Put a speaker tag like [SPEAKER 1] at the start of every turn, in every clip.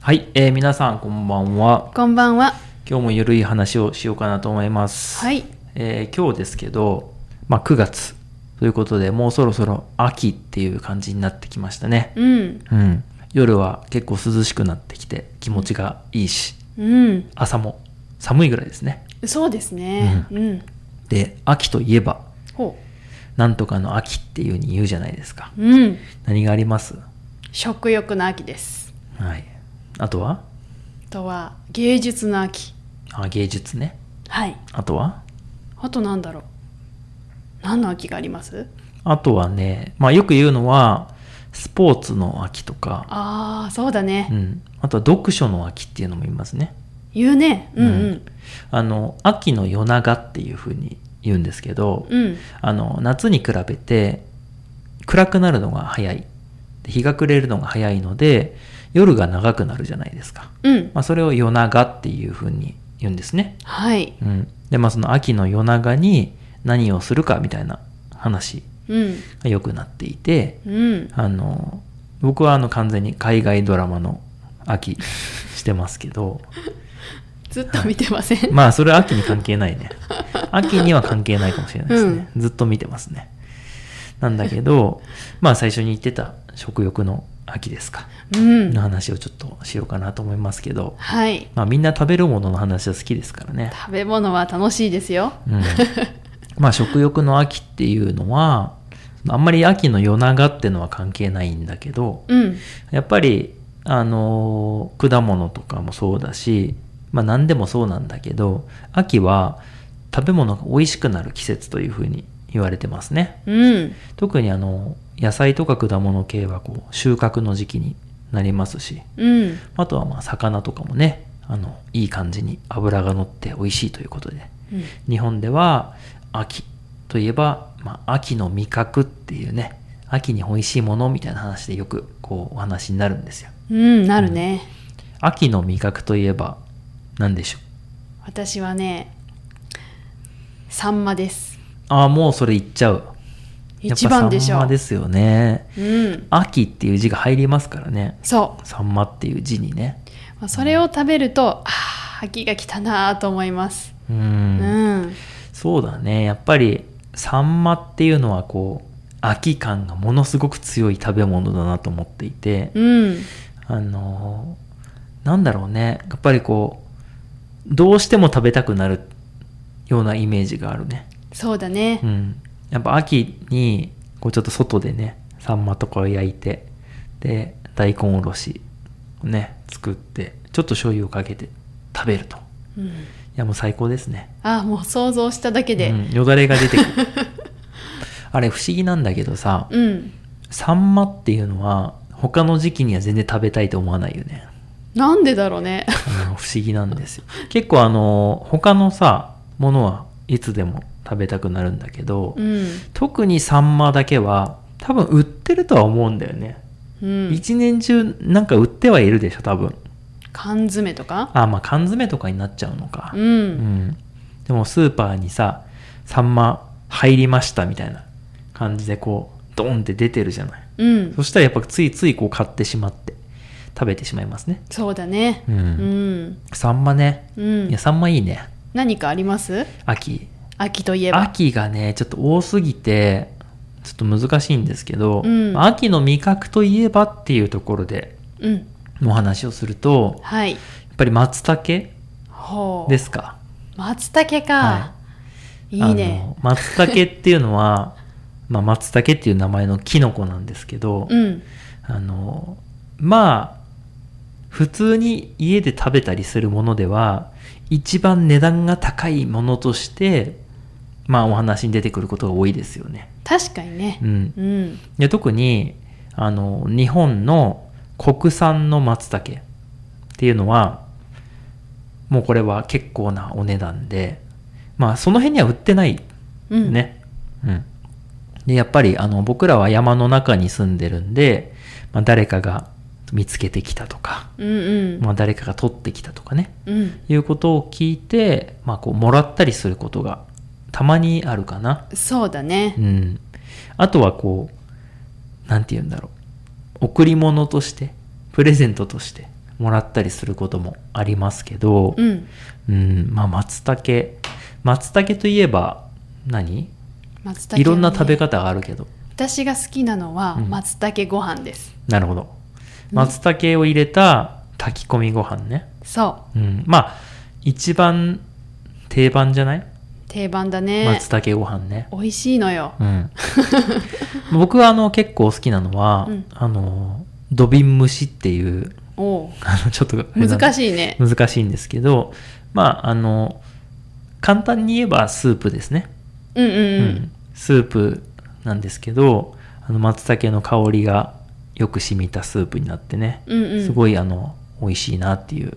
[SPEAKER 1] はい、えー皆さんこんばんは。
[SPEAKER 2] こんばんは。
[SPEAKER 1] 今日もゆるい話をしようかなと思います。
[SPEAKER 2] はい。
[SPEAKER 1] えー今日ですけど、まあ9月ということで、もうそろそろ秋っていう感じになってきましたね。
[SPEAKER 2] うん。
[SPEAKER 1] うん。夜は結構涼しくなってきて気持ちがいいし、
[SPEAKER 2] うん。
[SPEAKER 1] 朝も寒いぐらいですね。
[SPEAKER 2] そうですね。
[SPEAKER 1] う
[SPEAKER 2] うんん。
[SPEAKER 1] で、秋といえば、
[SPEAKER 2] ほ
[SPEAKER 1] なんとかの秋っていうふうに言うじゃないですか。
[SPEAKER 2] う。うん。
[SPEAKER 1] 何があります
[SPEAKER 2] 食欲の秋です。
[SPEAKER 1] はい。あとは
[SPEAKER 2] あとは芸術の秋。
[SPEAKER 1] あ芸術ね。
[SPEAKER 2] はい。
[SPEAKER 1] あとは
[SPEAKER 2] あとなんだろう。何の秋があります？
[SPEAKER 1] あとはね、まあよく言うのは、スポーツの秋とか、
[SPEAKER 2] ああ、そうだ
[SPEAKER 1] う
[SPEAKER 2] ね。
[SPEAKER 1] ん。あとは読書の秋っていうのも言いますね。
[SPEAKER 2] 言うね。うんうん。
[SPEAKER 1] あの、秋の夜長っていうふうに言うんですけど、
[SPEAKER 2] うん。
[SPEAKER 1] あの、夏に比べて、暗くなるのが早い。で日が暮れるのが早いので、夜が長くなるじゃないですか。
[SPEAKER 2] うん。
[SPEAKER 1] まあそれを夜長っていうふうに言うんですね。
[SPEAKER 2] はい。
[SPEAKER 1] うん。で、まあその秋の夜長に何をするかみたいな話
[SPEAKER 2] うん。
[SPEAKER 1] が良くなっていて、
[SPEAKER 2] うん。
[SPEAKER 1] あの、僕はあの完全に海外ドラマの 秋してますけど、
[SPEAKER 2] ずっと見てません。
[SPEAKER 1] まあそれは秋に関係ないね。秋には関係ないかもしれないですね。ずっと見てますね。なんだけど、まあ最初に言ってた食欲の秋ですか。
[SPEAKER 2] うん
[SPEAKER 1] の。話をちょっとしようかなと思いますけど、
[SPEAKER 2] はい。
[SPEAKER 1] まあみんな食べるものの話は好きですからね。
[SPEAKER 2] 食べ物は楽しいですよ。
[SPEAKER 1] うん、まあ食欲の秋っていうのは、あんまり秋の夜長ってのは関係ないんだけど、
[SPEAKER 2] うん。
[SPEAKER 1] やっぱり、あのー果物とかもそうだし、まあ何でもそうなんだけど、秋は食べ物が美味しくなる季節というふうに言われてますね。
[SPEAKER 2] うん。
[SPEAKER 1] 特にあの、野菜とか果物系はこう、収穫の時期になりますし、
[SPEAKER 2] うん。
[SPEAKER 1] あとはまあ魚とかもね、あの、いい感じに脂が乗って美味しいということで、
[SPEAKER 2] うん
[SPEAKER 1] 日本では秋といえば、まあ、秋の味覚っていうね秋に美味しいものみたいな話でよくこうお話になるんですよ
[SPEAKER 2] うん。なるね。
[SPEAKER 1] 秋の味覚といえば何でしょう
[SPEAKER 2] 私はねサンマです
[SPEAKER 1] ああもうそれ言っちゃう
[SPEAKER 2] 一番でし
[SPEAKER 1] やっぱサン
[SPEAKER 2] ょ
[SPEAKER 1] マですよね
[SPEAKER 2] うん
[SPEAKER 1] 秋っていう字が入りますからね
[SPEAKER 2] そう
[SPEAKER 1] サンマっていう字にね
[SPEAKER 2] まあそれを食べるとあー秋が来たなぁと思います
[SPEAKER 1] う
[SPEAKER 2] うんん
[SPEAKER 1] そうだねやっぱりサンマっていうのはこう秋感がものすごく強い食べ物だなと思っていて、
[SPEAKER 2] うん
[SPEAKER 1] あのーなんだろうね。やっぱりこう、どうしても食べたくなるようなイメージがあるね。
[SPEAKER 2] そうだね
[SPEAKER 1] うん。やっぱ秋に、こうちょっと外でね、サンマとかを焼いて、で、大根おろしをね、作って、ちょっと醤油をかけて食べると。い
[SPEAKER 2] うん
[SPEAKER 1] や、もう最高ですね。
[SPEAKER 2] あーもう想像しただけで
[SPEAKER 1] うん、よだれが出てくる。 あれ不思議なんだけどさ、
[SPEAKER 2] うん
[SPEAKER 1] サンマっていうのは、他の時期には全然食べたいと思わないよね。
[SPEAKER 2] なんでだろ うね
[SPEAKER 1] あの不思議なんですよ。結構あの、他のさ、ものはいつでも食べたくなるんだけど、
[SPEAKER 2] うん
[SPEAKER 1] 特にサンマだけは多分売ってるとは思うんだよね。
[SPEAKER 2] うん
[SPEAKER 1] 一年中なんか売ってはいるでしょ、多分。
[SPEAKER 2] 缶詰とか
[SPEAKER 1] あ、まあ缶詰とかになっちゃうのか。
[SPEAKER 2] う
[SPEAKER 1] うんんでもスーパーにさ、サンマ入りましたみたいな感じでこう、ドンって出てるじゃない。
[SPEAKER 2] うん
[SPEAKER 1] そしたらやっぱついついこう買ってしまって食べてしまいますね。
[SPEAKER 2] そうだね
[SPEAKER 1] うん
[SPEAKER 2] うん
[SPEAKER 1] サンマね。
[SPEAKER 2] うん
[SPEAKER 1] いや、サンマいいね。
[SPEAKER 2] 何かあります
[SPEAKER 1] 秋。
[SPEAKER 2] 秋といえば
[SPEAKER 1] 秋がね、ちょっと多すぎて、ちょっと難しいんですけど、
[SPEAKER 2] うん
[SPEAKER 1] まあ秋の味覚といえばっていうところで
[SPEAKER 2] うん
[SPEAKER 1] のお話をすると、や
[SPEAKER 2] はい
[SPEAKER 1] っぱり松茸
[SPEAKER 2] ほう
[SPEAKER 1] ですか。
[SPEAKER 2] 松茸か、、
[SPEAKER 1] はい
[SPEAKER 2] いね
[SPEAKER 1] あの。松茸っていうのは、 まあ、松茸っていう名前のキノコなんですけど、
[SPEAKER 2] うん
[SPEAKER 1] あの、まあ、普通に家で食べたりするものでは、一番値段が高いものとして、まあお話に出てくることが多いですよね。
[SPEAKER 2] 確かにね
[SPEAKER 1] うん。
[SPEAKER 2] うん
[SPEAKER 1] で特にあの日本の国産の松茸っていうのはもうこれは結構なお値段でまあその辺には売ってない
[SPEAKER 2] うん
[SPEAKER 1] ね、うんでやっぱりあの僕らは山の中に住んでるんで、まあ、誰かが見つけてきたとか、
[SPEAKER 2] うんうん、
[SPEAKER 1] まあ、誰かが取ってきたとかね
[SPEAKER 2] うん
[SPEAKER 1] いうことを聞いて、まあ、こうもらったりすることがたまにあるかな
[SPEAKER 2] そうだね
[SPEAKER 1] うん。あとはこう、なんて言うんだろう。贈り物として、プレゼントとしてもらったりすることもありますけど、
[SPEAKER 2] うん
[SPEAKER 1] うん、まあ、松茸。松茸といえば何、
[SPEAKER 2] 松茸、
[SPEAKER 1] いろんな食べ方があるけど。
[SPEAKER 2] 私が好きなのは
[SPEAKER 1] うん
[SPEAKER 2] 松茸ご飯です、
[SPEAKER 1] なるほど。
[SPEAKER 2] うん
[SPEAKER 1] 松茸を入れた炊き込みご飯ね。
[SPEAKER 2] そう
[SPEAKER 1] うん。まあ、一番定番じゃない
[SPEAKER 2] 定番だね
[SPEAKER 1] 松茸ご飯ね。
[SPEAKER 2] 美味しいのよ
[SPEAKER 1] うん。僕はあの結構好きなのは、
[SPEAKER 2] うん
[SPEAKER 1] あの、土瓶蒸しっていう、
[SPEAKER 2] おう
[SPEAKER 1] あの、ちょっと
[SPEAKER 2] 難
[SPEAKER 1] し
[SPEAKER 2] しいね
[SPEAKER 1] い。難しいんですけど、まあ、あの、簡単に言えばスープですね。
[SPEAKER 2] うんうん
[SPEAKER 1] う
[SPEAKER 2] うん、
[SPEAKER 1] ん、スープなんですけどあの松茸の香りがよく染みたスープになってね、
[SPEAKER 2] うんうん
[SPEAKER 1] すごいあの美味しいなっていう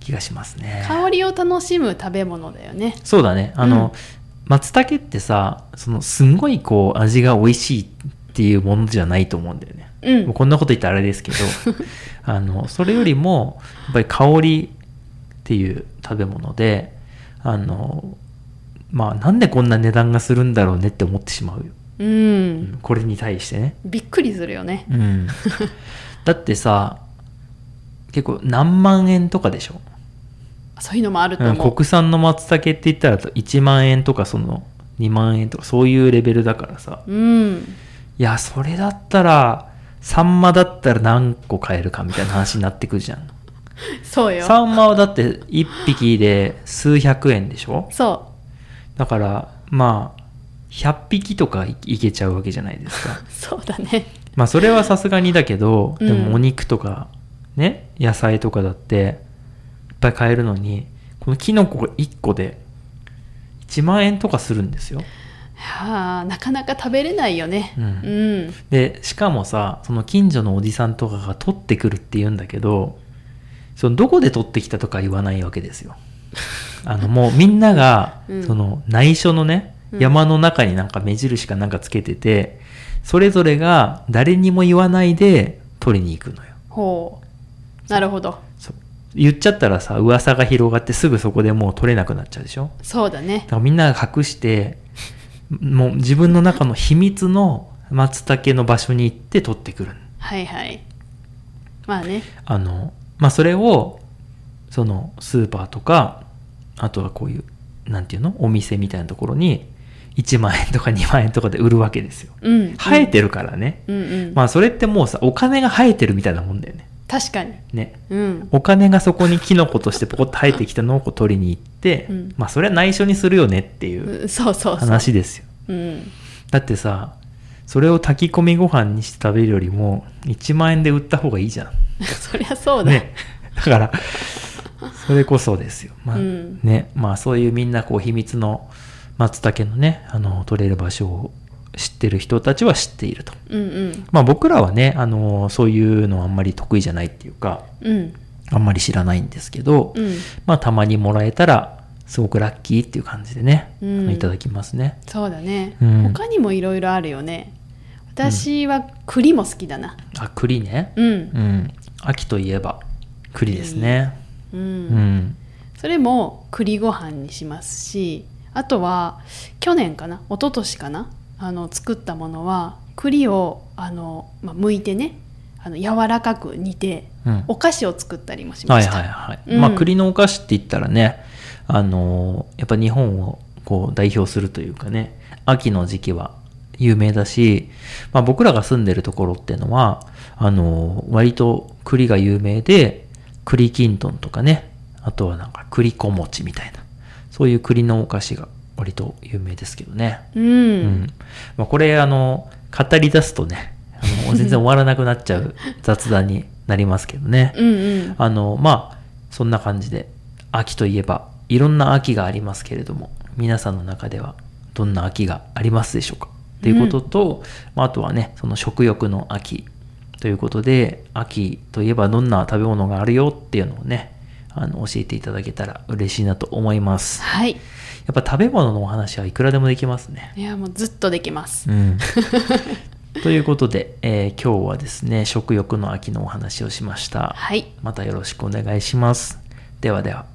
[SPEAKER 1] 気がしますね
[SPEAKER 2] 香りを楽しむ食べ物だよね
[SPEAKER 1] そうだねあの、
[SPEAKER 2] うん
[SPEAKER 1] 松茸ってさそのすんごいこう味が美味しいっていうものじゃないと思うんだよね、
[SPEAKER 2] う
[SPEAKER 1] もうんこんなこと言ったらあれ ですけどあのそれよりもやっぱり香りっていう食べ物であのまあなんでこんな値段がするんだろうねって思ってしまうよ
[SPEAKER 2] う
[SPEAKER 1] うん
[SPEAKER 2] ん
[SPEAKER 1] これに対して ね、
[SPEAKER 2] びっくりするよね
[SPEAKER 1] だってさ結構何万円とかでしょ、
[SPEAKER 2] そういうのもあると
[SPEAKER 1] うん
[SPEAKER 2] 思う
[SPEAKER 1] 国産の松茸って言ったら1万円とかその2万円とかそういうレベルだからさ
[SPEAKER 2] うん
[SPEAKER 1] いやそれだったらサンマだったら何個買えるかみたいな話になってくるじゃん
[SPEAKER 2] そうよ
[SPEAKER 1] サンマはだって1匹で数百円でしょ
[SPEAKER 2] そ
[SPEAKER 1] だからまあ100匹とかいいけちゃうわけじゃないですか
[SPEAKER 2] うそうだね
[SPEAKER 1] まあそれはさすがにだけど、
[SPEAKER 2] うん
[SPEAKER 1] でもお肉とかね野菜とかだっていっぱい買えるのにこのキノコが1個で1万円とかするんですよ
[SPEAKER 2] はあなかなか食べれないよね
[SPEAKER 1] うん
[SPEAKER 2] うん
[SPEAKER 1] でしかもさその近所のおじさんとかが取ってくるって言うんだけどそのどこで取ってきたとか言わないわけです よあのもうみんなが、
[SPEAKER 2] うん
[SPEAKER 1] その内緒のね
[SPEAKER 2] うん
[SPEAKER 1] 山の中になんか目印かなんかつけてて、それぞれが誰にも言わないで取りに行くのよ
[SPEAKER 2] ほうなるほど
[SPEAKER 1] そう言っちゃったらさ噂が広がってすぐそこでもう取れなくなっちゃうでしょ
[SPEAKER 2] そうだ
[SPEAKER 1] だ
[SPEAKER 2] ね
[SPEAKER 1] からみんなが隠して もう自分の中の秘密の松茸の場所に行って取ってくる
[SPEAKER 2] はいはいまあね
[SPEAKER 1] あのまあそれをそのスーパーとかあとはこういうなんていうのお店みたいなところに1万円とか2万円とかで売るわけですよ
[SPEAKER 2] うん
[SPEAKER 1] 生えてるからね、
[SPEAKER 2] うんうん、
[SPEAKER 1] まあそれってもうさお金が生えてるみたいなもんだよね
[SPEAKER 2] 確かに
[SPEAKER 1] ね
[SPEAKER 2] うん
[SPEAKER 1] お金がそこにキノコとしてポコッと生えてきたのをこう取りに行って、
[SPEAKER 2] うん
[SPEAKER 1] まあそれは内緒にするよねっていう
[SPEAKER 2] うんそうそうそう、
[SPEAKER 1] 話ですよ
[SPEAKER 2] うん、
[SPEAKER 1] だってさそれを炊き込みご飯にして食べるよりも1万円で売った方がいいじゃん
[SPEAKER 2] そりゃそうだ、
[SPEAKER 1] ね だからそれこそですよまあ、
[SPEAKER 2] うん
[SPEAKER 1] ねまあそういうみんなこう秘密の松茸のねあの取れる場所を知ってる人たちは知っていると
[SPEAKER 2] うんうん
[SPEAKER 1] まあ僕らはねあのそういうのあんまり得意じゃないっていうか
[SPEAKER 2] うん
[SPEAKER 1] あんまり知らないんですけど、
[SPEAKER 2] うん
[SPEAKER 1] まあたまにもらえたらすごくラッキーっていう感じでね、
[SPEAKER 2] うん
[SPEAKER 1] あのいただきますね
[SPEAKER 2] そうだね、
[SPEAKER 1] うん
[SPEAKER 2] 他にもいろいろあるよね私は栗も好きだな
[SPEAKER 1] あ栗ね
[SPEAKER 2] うん
[SPEAKER 1] うん秋といえば栗ですね
[SPEAKER 2] うん、
[SPEAKER 1] うん、
[SPEAKER 2] それも栗ご飯にしますしあとは去年かな一昨年かなあの作ったものは栗をあの、まあ、剥いてねあの柔らかく煮て
[SPEAKER 1] うん
[SPEAKER 2] お菓子を作ったりもし
[SPEAKER 1] は
[SPEAKER 2] ま
[SPEAKER 1] い
[SPEAKER 2] した、
[SPEAKER 1] はいはい、
[SPEAKER 2] うん
[SPEAKER 1] まあ栗のお菓子って言ったらねあのーやっぱ日本をこう代表するというかね秋の時期は有名だし、まあ、僕らが住んでるところっていうのはあのー割と栗が有名で栗きんとんとかねあとはなんか栗小餅みたいなそういう栗のお菓子が割と有名ですけどね
[SPEAKER 2] うん、
[SPEAKER 1] うんまあ、これあの語り出すとねあの全然終わらなくなっちゃう雑談になりますけど ね、
[SPEAKER 2] うんうん
[SPEAKER 1] あのまあそんな感じで秋といえばいろんな秋がありますけれども皆さんの中ではどんな秋がありますでしょうかということと、まあ、あとはねその食欲の秋ということで秋といえばどんな食べ物があるよっていうのをねあの教えていただけたら嬉しいなと思います
[SPEAKER 2] はい
[SPEAKER 1] やっぱ食べ物のお話はいくらでもできますね
[SPEAKER 2] いやもうずっとできます、
[SPEAKER 1] うん、 ということで、えー今日はですね食欲の秋のお話をしました
[SPEAKER 2] はい
[SPEAKER 1] またよろしくお願いしますではでは